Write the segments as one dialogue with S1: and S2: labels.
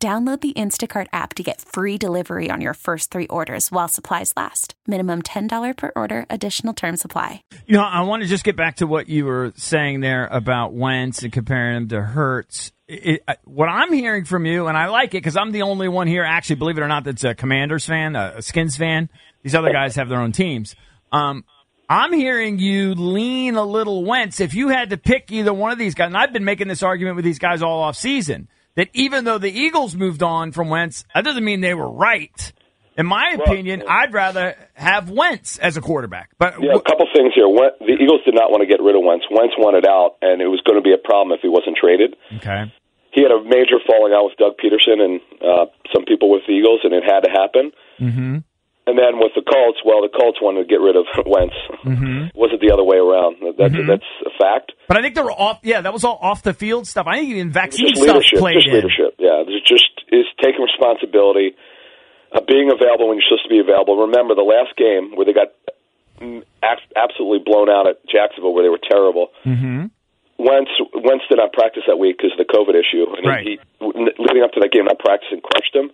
S1: Download the Instacart app to get free delivery on your first three orders while supplies last. Minimum $10 per order, additional term supply.
S2: You know, I want to just get back to what you were saying there about Wentz and comparing him to Hertz. It, it, what I'm hearing from you, and I like it because I'm the only one here, actually, believe it or not, that's a Commanders fan, a, a Skins fan. These other guys have their own teams. Um, I'm hearing you lean a little Wentz. If you had to pick either one of these guys, and I've been making this argument with these guys all off season that even though the Eagles moved on from Wentz, that doesn't mean they were right. In my
S3: Well,
S2: opinion,
S3: yeah.
S2: I'd rather have Wentz as a quarterback. But
S3: Yeah, a couple things here. Wen- The Eagles did not want to get rid of Wentz. Wentz wanted out, and it was going to be a problem if he wasn't traded.
S2: okay,
S3: He had a major falling out with Doug Peterson and uh, some people with the Eagles, and it had to happen.
S2: mm-hmm.
S3: And then with the Colts, well, the Colts wanted to get rid of Wentz.
S2: Mm-hmm.
S3: It wasn't the other way around. That's that's a fact.
S2: But I think they were off. Yeah, that was all off the field stuff. I think even vaccine
S3: Just
S2: stuff
S3: leadership.
S2: played
S3: Just
S2: in.
S3: leadership. Yeah, there's just is taking responsibility, uh, being available when you're supposed to be available. Remember the last game where they got mm, abs- absolutely blown out at Jacksonville, where they were terrible.
S2: Mhm.
S3: Wentz, Wentz did not practice that week because of the COVID issue, and
S2: Right.
S3: he, he leading up to that game not practicing crushed him.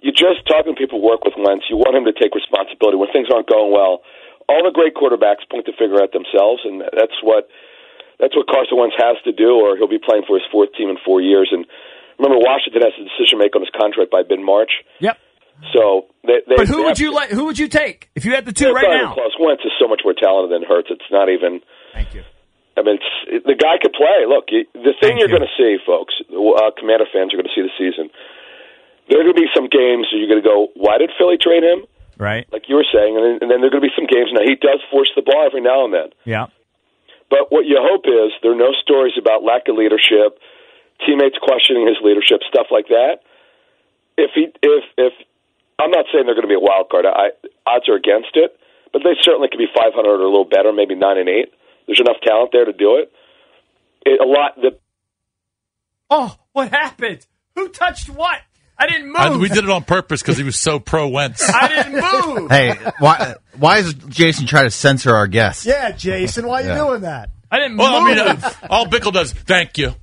S3: You just talking to people who work with Wentz. You want him to take responsibility when things aren't going well. All the great quarterbacks point the finger at themselves, and that's what that's what Carson Wentz has to do, or he'll be playing for his fourth team in four years. And remember, Washington has a decision to make on his contract by mid March.
S2: Yep.
S3: So, they, they,
S2: But
S3: they
S2: who would
S3: have-
S2: you let? Who would you take if you had the two
S3: It's
S2: right
S3: not even
S2: now?
S3: Close. Wentz is so much more talented than Hurts. It's not even.
S2: Thank you.
S3: I mean, it's, it, the guy could play. Look, you, the thing
S2: Thank
S3: you're
S2: you.
S3: going to see, folks, uh, Commander fans are going to see this season. There are going to be some games that you're going to go, why did Philly trade him?
S2: Right.
S3: Like you were saying, and then, and then there are going to be some games. Now, he does force the ball every now and then.
S2: Yeah.
S3: But what you hope is there are no stories about lack of leadership, teammates questioning his leadership, stuff like that. If he, if, if I'm not saying they're going to be a wild card. I, odds are against it, but they certainly could be 500 or a little better, maybe nine and eight. There's enough talent there to do it. it a lot. The
S2: Oh, what happened? Who touched what? I didn't move.
S4: I-
S5: Oh.
S4: we did it on purpose because he was so pro Wentz.
S2: I didn't move.
S5: Hey, why why is Jason trying to censor our guests?
S6: Yeah, Jason, why are you
S5: Yeah.
S6: doing that?
S2: I didn't
S4: Well, I
S2: move.
S4: mean, uh, all Bickle does. Thank you,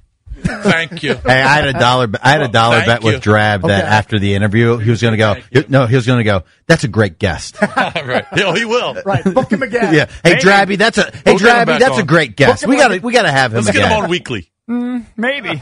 S4: thank you.
S5: Hey, I had a dollar. I had a dollar
S4: Thank
S5: bet
S4: you.
S5: with Drab that
S6: Okay.
S5: after the interview, he was going to go. No, he was going to go. That's a great guest.
S4: right? Yeah, he will.
S6: Right, book him again.
S5: yeah. Hey,
S2: Hey,
S5: Drabby, that's a. Hey,
S4: We'll get him
S5: Drabby,
S4: back
S5: that's
S4: on.
S5: a great guest.
S2: him
S5: We
S2: on-
S5: got to. We got to have him.
S4: Let's get
S5: again.
S4: him on weekly.
S2: Maybe.